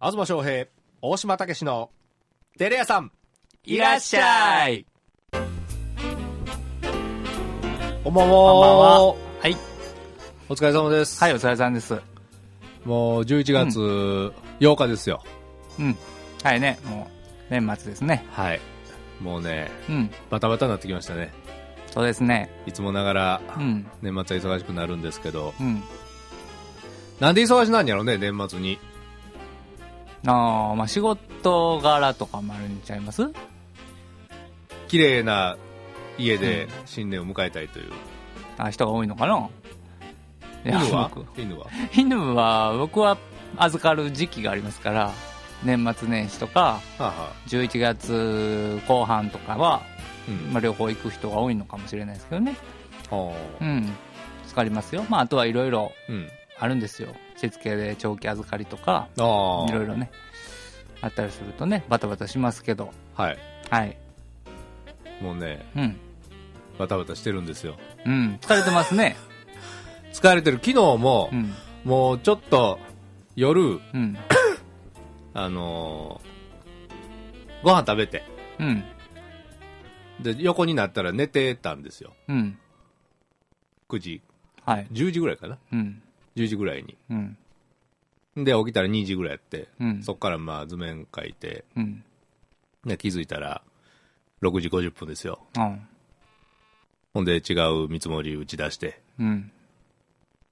東翔平、大島武史の、テレ屋さん、いらっしゃいこんばんは。こんばんは。はい。お疲れ様です。はい、お疲れさんです。もう11月8日ですよ。うん。はいね、もう、年末ですね。はい。もうね、うん。バタバタになってきましたね。そうですね。いつもながら、うん。年末は忙しくなるんですけど、うん。なんで忙しなんやろね、年末に。ああ、まあ、仕事柄とかもあるんちゃいます綺麗な家で新年を迎えたいという。あ人が多いのかな犬は僕 犬は犬は、僕は預かる時期がありますから、年末年始とか、はあ、はあ11月後半とかは、うんまあ、旅行行く人が多いのかもしれないですけどね。はうあん。疲れますよ。まあ、あとはいろいろうん。あるんですよ。しつけで長期預かりとか、ああ。いろいろね、あったりするとね、バタバタしますけど、はい。はい。もうね、うん。バタバタしてるんですよ。うん。疲れてますね。疲れてる昨日も、うん。もうちょっと夜、うん。あのーご飯食べて、うん。で、横になったら寝てたんですよ。うん。 9時、はい。 10時ぐらいかな。うん。 10時ぐらいに。うん。で、起きたら2時ぐらいやって、うんそっからまあ図面書いて、うん。で気づいたら、6時50分ですよ。うん。ほんで違う見積もり打ち出して、うん。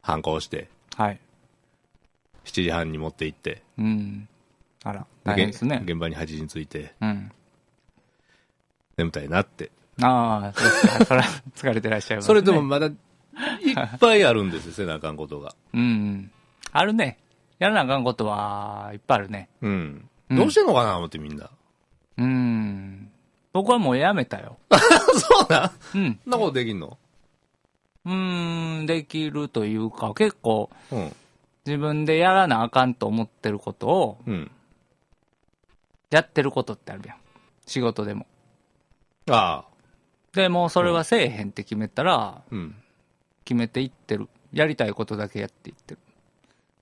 反抗して、はい。 7時半に持って行って、うん。あら、で大変ですね現。現場に8時に着いて、うん。眠たいなって。ああ、そうですか。そら、疲れてら っしゃいます、ね。それでも、まだ、いっぱいあるんですよ、せなあかんことが。うん。あるね。やらなあかんことは、いっぱいあるね。うん。うんどうしてんのかな思ってみんな。うん。僕はもうやめたよ。 そうなんうん。そんなことできんのうん、できるというか、結構、うん。自分でやらなあかんと思ってることを、うん。やってることってあるやん。仕事でも。ああ。でもうそれはせえへんって決めたら、うん。決めていってる。やりたいことだけやっていってる。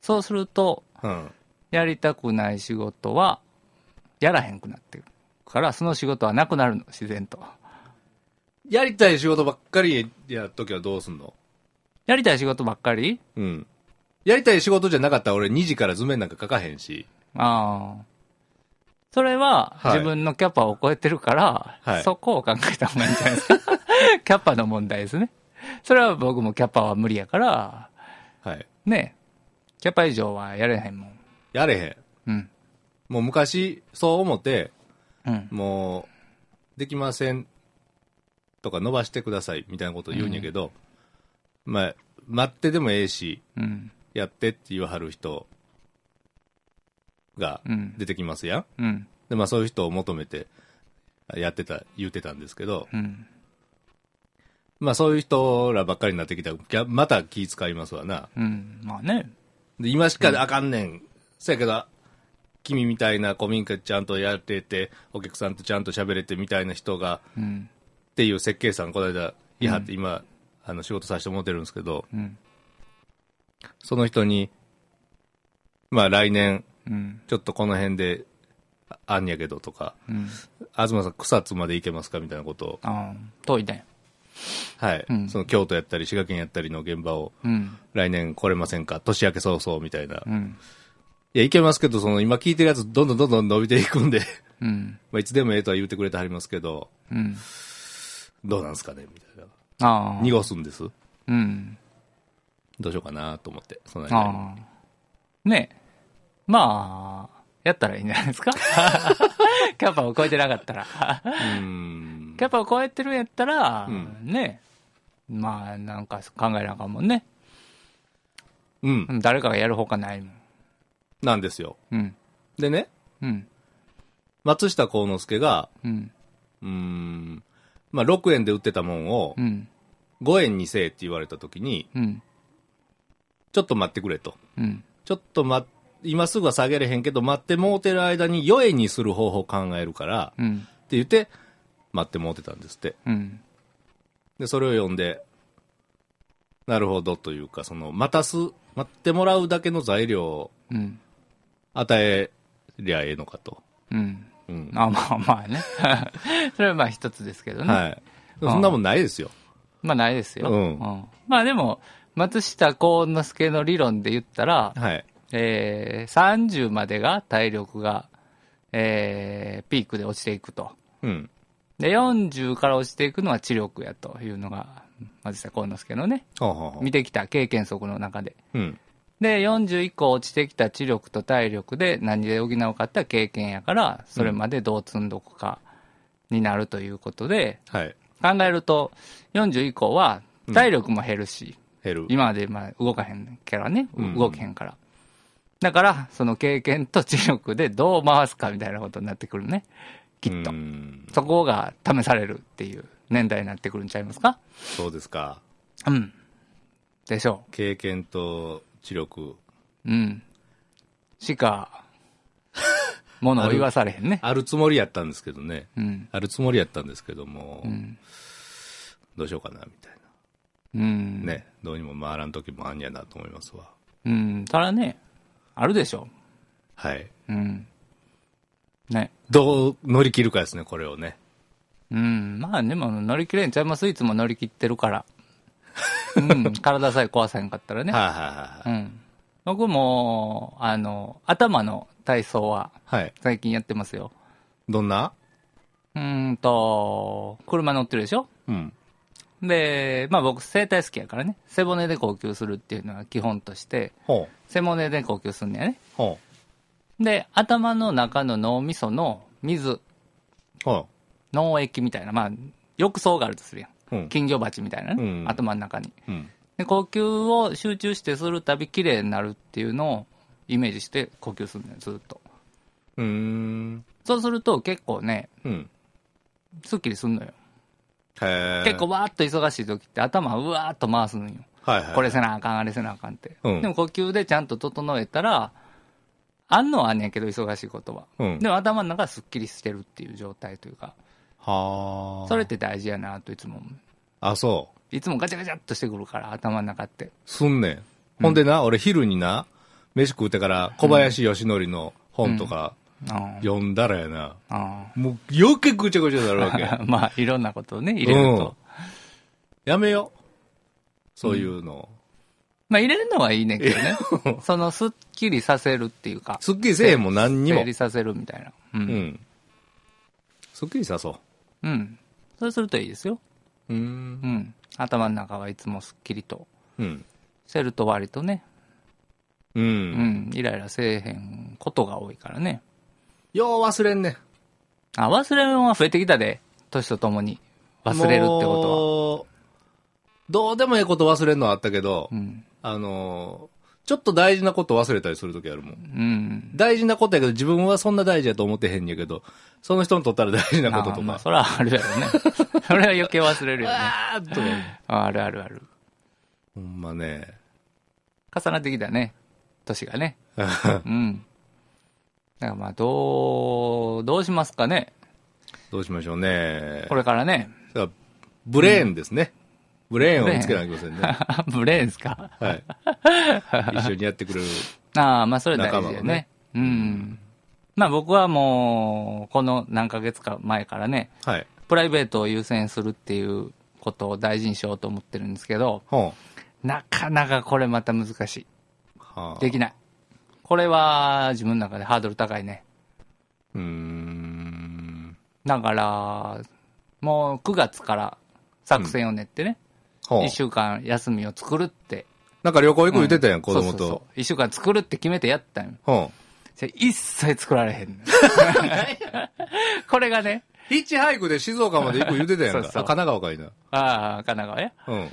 そうすると、うん。やりたくない仕事は、やらへんくなってる。から、その仕事はなくなるの、自然と。やりたい仕事ばっかりやっときはどうすんのやりたい仕事ばっかりうん。やりたい仕事じゃなかったら俺2時から図面なんか書かへんし。ああ。それは、はい自分のキャパを超えてるから、はいそこを考えた方がいいんじゃないです か。キャパの問題ですね。それは僕もキャパは無理やから、はい。ねキャパ以上はやれへんもん。やれへん。うん。もう昔、そう思って、うん。もう、できませんとか伸ばしてくださいみたいなこと言うんやけど、まあ、待ってでもええし、うん。やってって言わはる人がうん出てきますやん。うん。で、まあそういう人を求めてやってた、言ってたんですけど、うん。まあそういう人らばっかりになってきたらぎゃ、また気使いますわな。うん。まあね。で、今しかあかんねん。そやけど、君みたいな古民家ちゃんとやってて、お客さんとちゃんと喋れてみたいな人が、うん。っていう設計士さん、この間、いやって今、あの仕事させてもらってるんですけど、うん。その人に、まあ来年、うん。ちょっとこの辺で、ああんやけどとか、うん。東さん草津まで行けますかみたいなことを、ああ、遠いね。はい、うんその京都やったり、滋賀県やったりの現場を、うん。来年来れませんか年明け早々みたいな。うん。いや、いけますけど、その今聞いてるやつ、どんどんどんどん伸びていくんで、 うん。まあいつでもええとは言ってくれてはりますけど、うん。どうなんすかねみたいな。ああ。濁すんです。うん。どうしようかなと思って、その間に。ああ。ねえ。まあ、やったらいいんじゃない ですかキャパを超えてなかったら。うーん。キャパを超えてるんやったら、うんねえ。まあ、なんか考えなあかんもんね。うんう。ん誰かがやるほかないもん。なんですよ。うん。でね、うん。松下幸之助が、うん。うーん、まあ6円で売ってたもんをうん。 5円にせえって言われた時に、うん。ちょっと待ってくれと。うん。ちょっと待っ今すぐは下げれへんけど、待ってもうてる間に4円にする方法を考えるから、っうん。て言って、待ってもうてたんですって。うん。で、それを読んで、なるほどというか、その、待たす、待ってもらうだけの材料をうん。与えりゃええのかと。うん。うん。あまあまあね。 それはまあ一つですけどね。はい。そんなもんないですよ。まあないですよ。うんまあでも、松下幸之助の理論で言ったら、はい。えー、30までが体力が、えー、ピークで落ちていくと。うん。で、40から落ちていくのは知力やというのが、松下幸之助のね、はあ、はあ、見てきた経験則の中で。うん。で、40以降落ちてきた知力と体力で何で補うかって言ったら経験やから、それまでどう積んどくかになるということで、はい。考えると、40以降は体力も減るし、減る。今までまあ動かへんからね、うん動けへんから。だから、その経験と知力でどう回すかみたいなことになってくるね。きっう。とんそこが試されるっていう年代になってくるんちゃいますかそうですか。うん。でしょ経験と知力。う。うん。しか、ものを言わされへんね。あるつもりやったんですけどね。うん。 あるつもりやったんですけども、うん。どうしようかな、みたいうん。な。ね。どうにも回らん時もあんやなと思いますわ。うん。ただね、あるでしょはい。う。うん。ね。どう乗り切るかですね、これをね。うん、まあでも乗り切れんちゃいますいつも乗り切って るから。うん、体さえ壊さへんかったらね。はいはいうん。僕も、あの、頭の体操ははい。はい。最近やってますよ。どんなうーんと、車乗ってるでしょうん。で、まあ僕整体好きやからね、背骨で呼吸するっていうのは基本として、ほう。背骨で呼吸すんねやね。ほで、頭の中の脳みその水、う。ほ脳液みたいな、まあ、浴槽があるとするやん。う。うん。金魚鉢みたいなね、うん頭の中に。うん。で呼吸を集中してするたび綺麗になるっていうのをイメージして呼吸するんだよずっとうーん。そうすると結構ねうん。すっきりすんのよへえ。結構わーっと忙しい時って頭うわーっと回すのよはいはい。これせなあかんあれせなあかんって、うんでも呼吸でちゃんと整えたらあんのはあんねんけど忙しいことは、うん。でも頭の中はすっきりしてるっていう状態というかはあ。それって大事やなといつも思うあ、そう。いつもガチャガチャっとしてくるから頭の中ってすんねん。ほんでな、俺昼にな、飯食うてから小林義則の本とかうん読んだらやな、うもう余計ぐちゃぐちゃになるわけ。ん まあいろんなことをね入れると、うんやめよう。そういうのを。まあ、入れるのはいいねんけどね。その、すっきりさせるっていうか。すっきりせえへんもん何にも整。理させるみたいな。う。うんん。すっきりさそうん。そうするといいですよ。う。うんう。ん。頭の中はいつもすっきりと。うん。してると割とね、う。うんん。イライラせえへんことが多いからね。よう忘れんねん。あ、忘れ物は増えてきたで。年とともに。忘れるってことは。とは。どうでもええこと忘れんのはあったけど、うん。あのーちょっと大事なこと忘れたりするときあるもん。うん。大事なことやけど、自分はそんな大事やと思ってへんやけど、その人にとったら大事なこととあまあ、か。それはあるやろね。それは余計忘れるよね。あーっとかああるあるある。ほんまね。 重なってきたね。年がね。うん。だからまあ、どう、どうしますかね。どうしましょうね。これからね。 だからブレーンですね。ブレーンを見つけなきゃいけませんね。ブレーンですか。はい。一緒にやってくれる。ああ、まあ、それ大事だ仲間よをねねうん。まあ、僕はもう、この何ヶ月か前からね、はい。プライベートを優先するっていうことを大事にしようと思ってるんですけど、ほなかなかこれまた難し。う。はいできない。これは、自分の中でハードル高いね。うーん。だから、もう9月から作戦を練ってね、ほう1。週間休みを作るって。なんか旅行行く言ってたやん、う子供と。そうそうそう1週間作るって決めてやったんよ。ほそれ一切作られへんのよ。これがね、う。ヒッチハイクで静岡まで行く言ってたやんか。そうそうあ神奈川かいな。ああ、神奈川や。うん。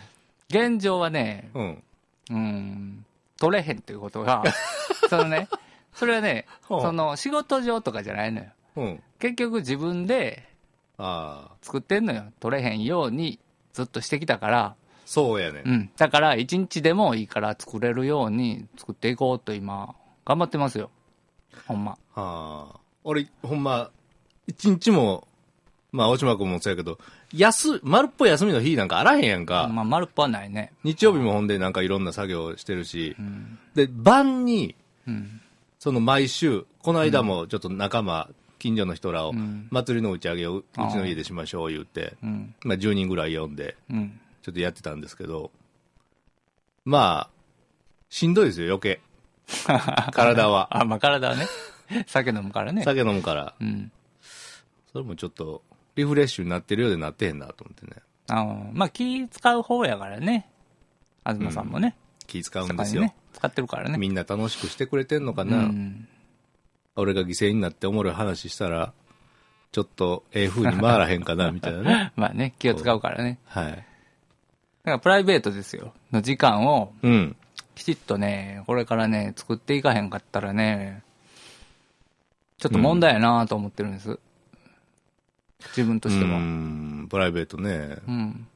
現状はね、うん。うん、取れへんということが、そのね、それはね、ほうその仕事上とかじゃないのよ。うん。結局自分でああ、作ってんのよ。取れへんようにずっとしてきたから、そうやねう。ん。だから、一日でもいいから作れるように作っていこうと今、頑張ってますよ。ほんま。ああ。俺、ほんま、一日も、まあ、大島君もそうやけど、休、丸っぽい休みの日なんかあらへんやんか。まあ、丸っぽはないね。日曜日もほんでなんかいろんな作業してるし、うん。で、晩に、うん。その毎週、この間もちょっと仲間、近所の人らをん、祭りの打ち上げをううちの家でしましょう言って、うん。まあ10人ぐらい呼んで、うん。ちょっとやってたんですけど、まあ、しんどいですよ、余計。 体は。あ、まあ、体はね。 酒飲むからね。酒飲むから。うん。それもちょっと、リフレッシュになってるようでなってへんなと思ってね。あのまあ、気使う方やからね。東さんもね。気使うん酒ですよ。にね。使ってるからね。みんな楽しくしてくれてんのかうな、ん。俺が犠牲になっておもろい話したら、ちょっとええ風に回らへんかな、みたいなね。まあね、気を使うからね。はい。だからプライベートですよ。の時間をうん。きちっとね、これからね、作っていかへんかったらね、ちょっと問題やなと思ってるんです。自分としてうーも。んプライベートね。うん。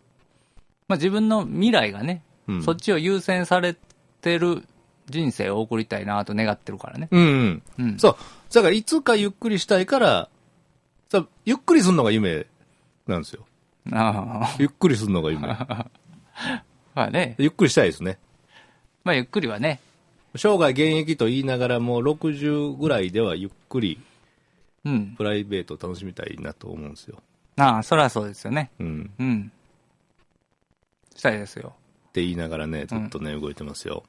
まあ自分の未来がね、うん。そっちを優先されてる人生を送りたいなと願ってるからね。うん、うん。うん。そう。だから、いつかゆっくりしたいから、さゆっくりするのが夢なんですよ。あゆっくりするのが 夢。あ。まあね、ゆっくりしたいですね。まあゆっくりはね、生涯現役と言いながらも、60ぐらいではゆっくりうん。プライベートを楽しみたいなと思うんですよ。ああ、そらそうですよね。うん。うん。したいですよ。って言いながらね、ずっとね、動いてますよ。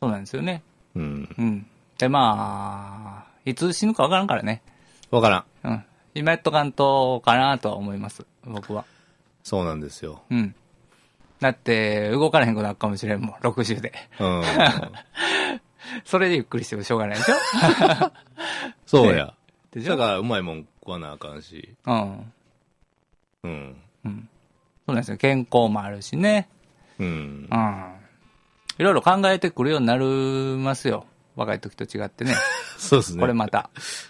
そうなんですよね。うん。うん。で、まあ、いつ死ぬかわからんからね。わからん。うん。今やっとかんとかなとは思います。僕は。そうなんですよ。うん。だって、動かれへんことあるかもしれんもん。60で。 うん。それでゆっくりしてもしょうがないでしょそうや。でしだょから、うまいもん食わなあかんし。うん。うん。うん。そうなんですよ。健康もあるしね。うんう。ん。いろいろ考えてくるようになりますよ。若い時と違ってね。そうですね。これまた。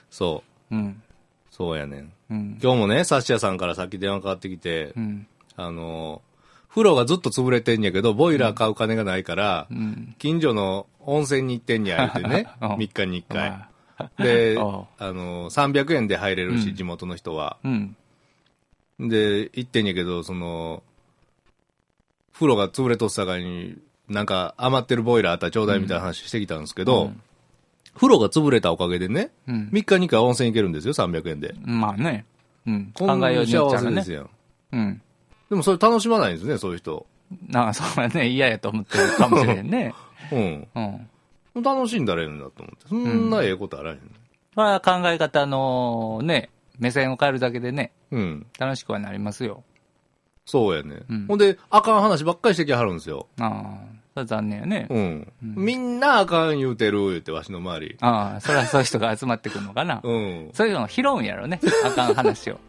そうん。う。そうやねん。うん。今日もね、サッシャさんからさっき電話かかってきて、うん。あの、風呂がずっと潰れてんやけど、ボイラー買う金がないから、うん。近所の温泉に行ってんや、言ってね 。うん3日に1回ま。で、 うんあの、300円で入れるし、うん地元の人は。あうん。で、行ってんやけど、その、風呂が潰れとっさかいに、なんか余ってるボイラーあったらちょうだいみたいな話してきたんですけど、うん風呂が潰れたおかげでね、うん。 3日に1回温泉行けるんですよ、300円で。まあね。うん。こん考えようによっち幸ゃうせのでねす。やん。うん。でもそれ楽しまないんですね、そういう人。なんかそうだね、嫌やと思ってるかもしれん ね。うん。うん。楽しんだらええんだと思って。そんなええことあらへん。これは考え方のね、目線を変えるだけでね、うん。楽しくはなりますよ。そうやね、うんほんで、あかん話ばっかりしてきはるんですよ。ああ、それは残念やね。うん。みんなあかん言うてる、言うて、わしの周り。ああ、それはそういう人が集まってくるのかな。うん。そういうのを拾うんやろ ね、あかん話を。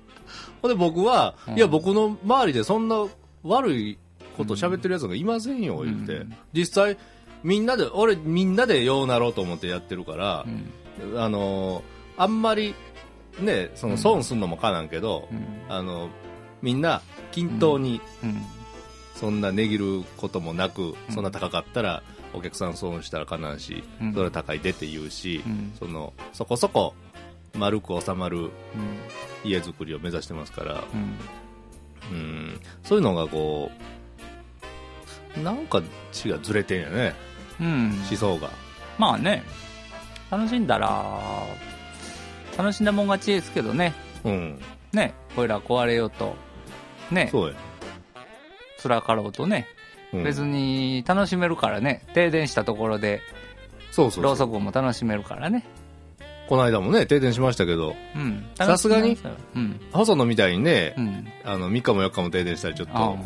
ほんで僕は、うんいや、僕の周りでそんな悪いこと喋ってる奴がいませんよ、言って。うん実際、みんなで、俺みんなでようなろうと思ってやってるからう、ん。あのーあんまり、ね、その損すんのもかなんけど、うん。あの、みんな均等に、うん。そんな値切ることもなく、うんそんな高かったらお客さん損したらかなんし、うんそれは高いでって言うし、うんそのそこそこ丸く収まるうん。家づくりを目指してますから、うん。うん、そういうのがこうなんか違うずれてんよねうん。思想がまあね、楽しんだら、楽しんだもん勝ちですけどね。うんね、これら壊れようと、ね、そうや、辛かろうとね、うん別に楽しめるからね、停電したところで、そうそうろうそうそくも楽しめるからね。この間もね停電しましたけどうん。さすがにうん。細野みたいにね、うん。あの3日も4日も停電したらちょっあと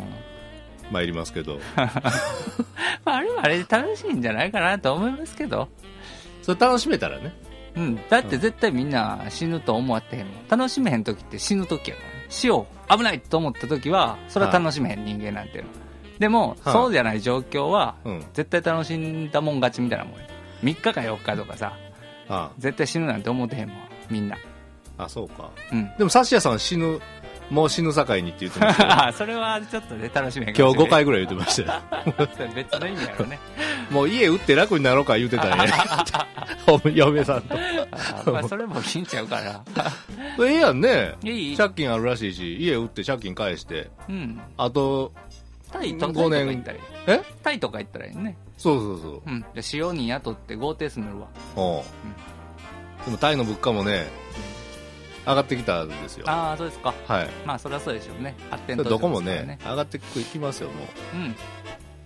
参りますけどあ。まあ、あれはあれで楽しいんじゃないかなと思いますけど。それ楽しめたらねうん。だって絶対みんな死ぬと思ってへんもん。楽しめへん時って死ぬ時やからね。死を危ないと思った時は、それは楽しめへん人間なんていうのは。でも、はいそうじゃない状況は、うん絶対楽しんだもん勝ちみたいなもんや。3日か4日とかさ、あ絶対死ぬなんて思ってへんもん。みんな。あそうかうん。 でも、サシヤさんは死ぬ、もう死ぬ境にって言ってましたよ。あ あ、それはちょっとね、楽しみやけ今ど日5回ぐらい言ってましたよ。 別の意味やろね。もう家売って楽になろうか言うて たね。嫁さんと。あまあ、それもいいんちゃう から。それいいやんね。いい借金あるらしいし、家売って借金返して、うん。あと、タイと五タイ年とか行ったらいい。えタイとか行ったらいいね。そうそうそううん。じゃあ、使用人雇って豪邸住めるわ。おう。でもタイの物価もね、上がってきたんですよ。ああそうですかはい。まあそれはそうでしょうね発展途上どこもですからね、上がっていきますよ、もう。うん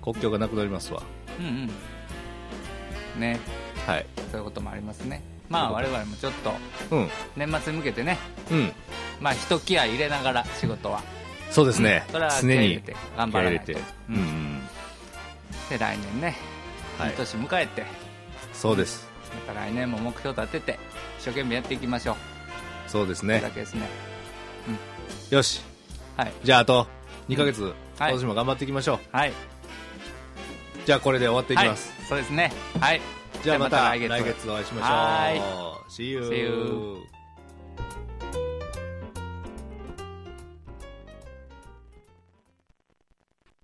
国境がなくなりますわ。うんうんねはい。そういうこともありますねまあそうい我々もちょっとうん。年末に向けてねうん。まあ一気合い入れながら仕事はそうですね。それは気合常い入れにて頑気合張い入らなれいとて。ううんんうん。で来年ねはいいい。年迎えてそうです。また来年も目標立てて一生懸命やっていきましょうそうですそれだね。けですねよし。はいじゃあ、あと2ヶ月、はい今年も頑張っていきましょう。はいじゃあ、これで終わっていきます。はい、そうですねはいじゃあまたじゃあまた来来月月お会いしましょう。は See you. See you.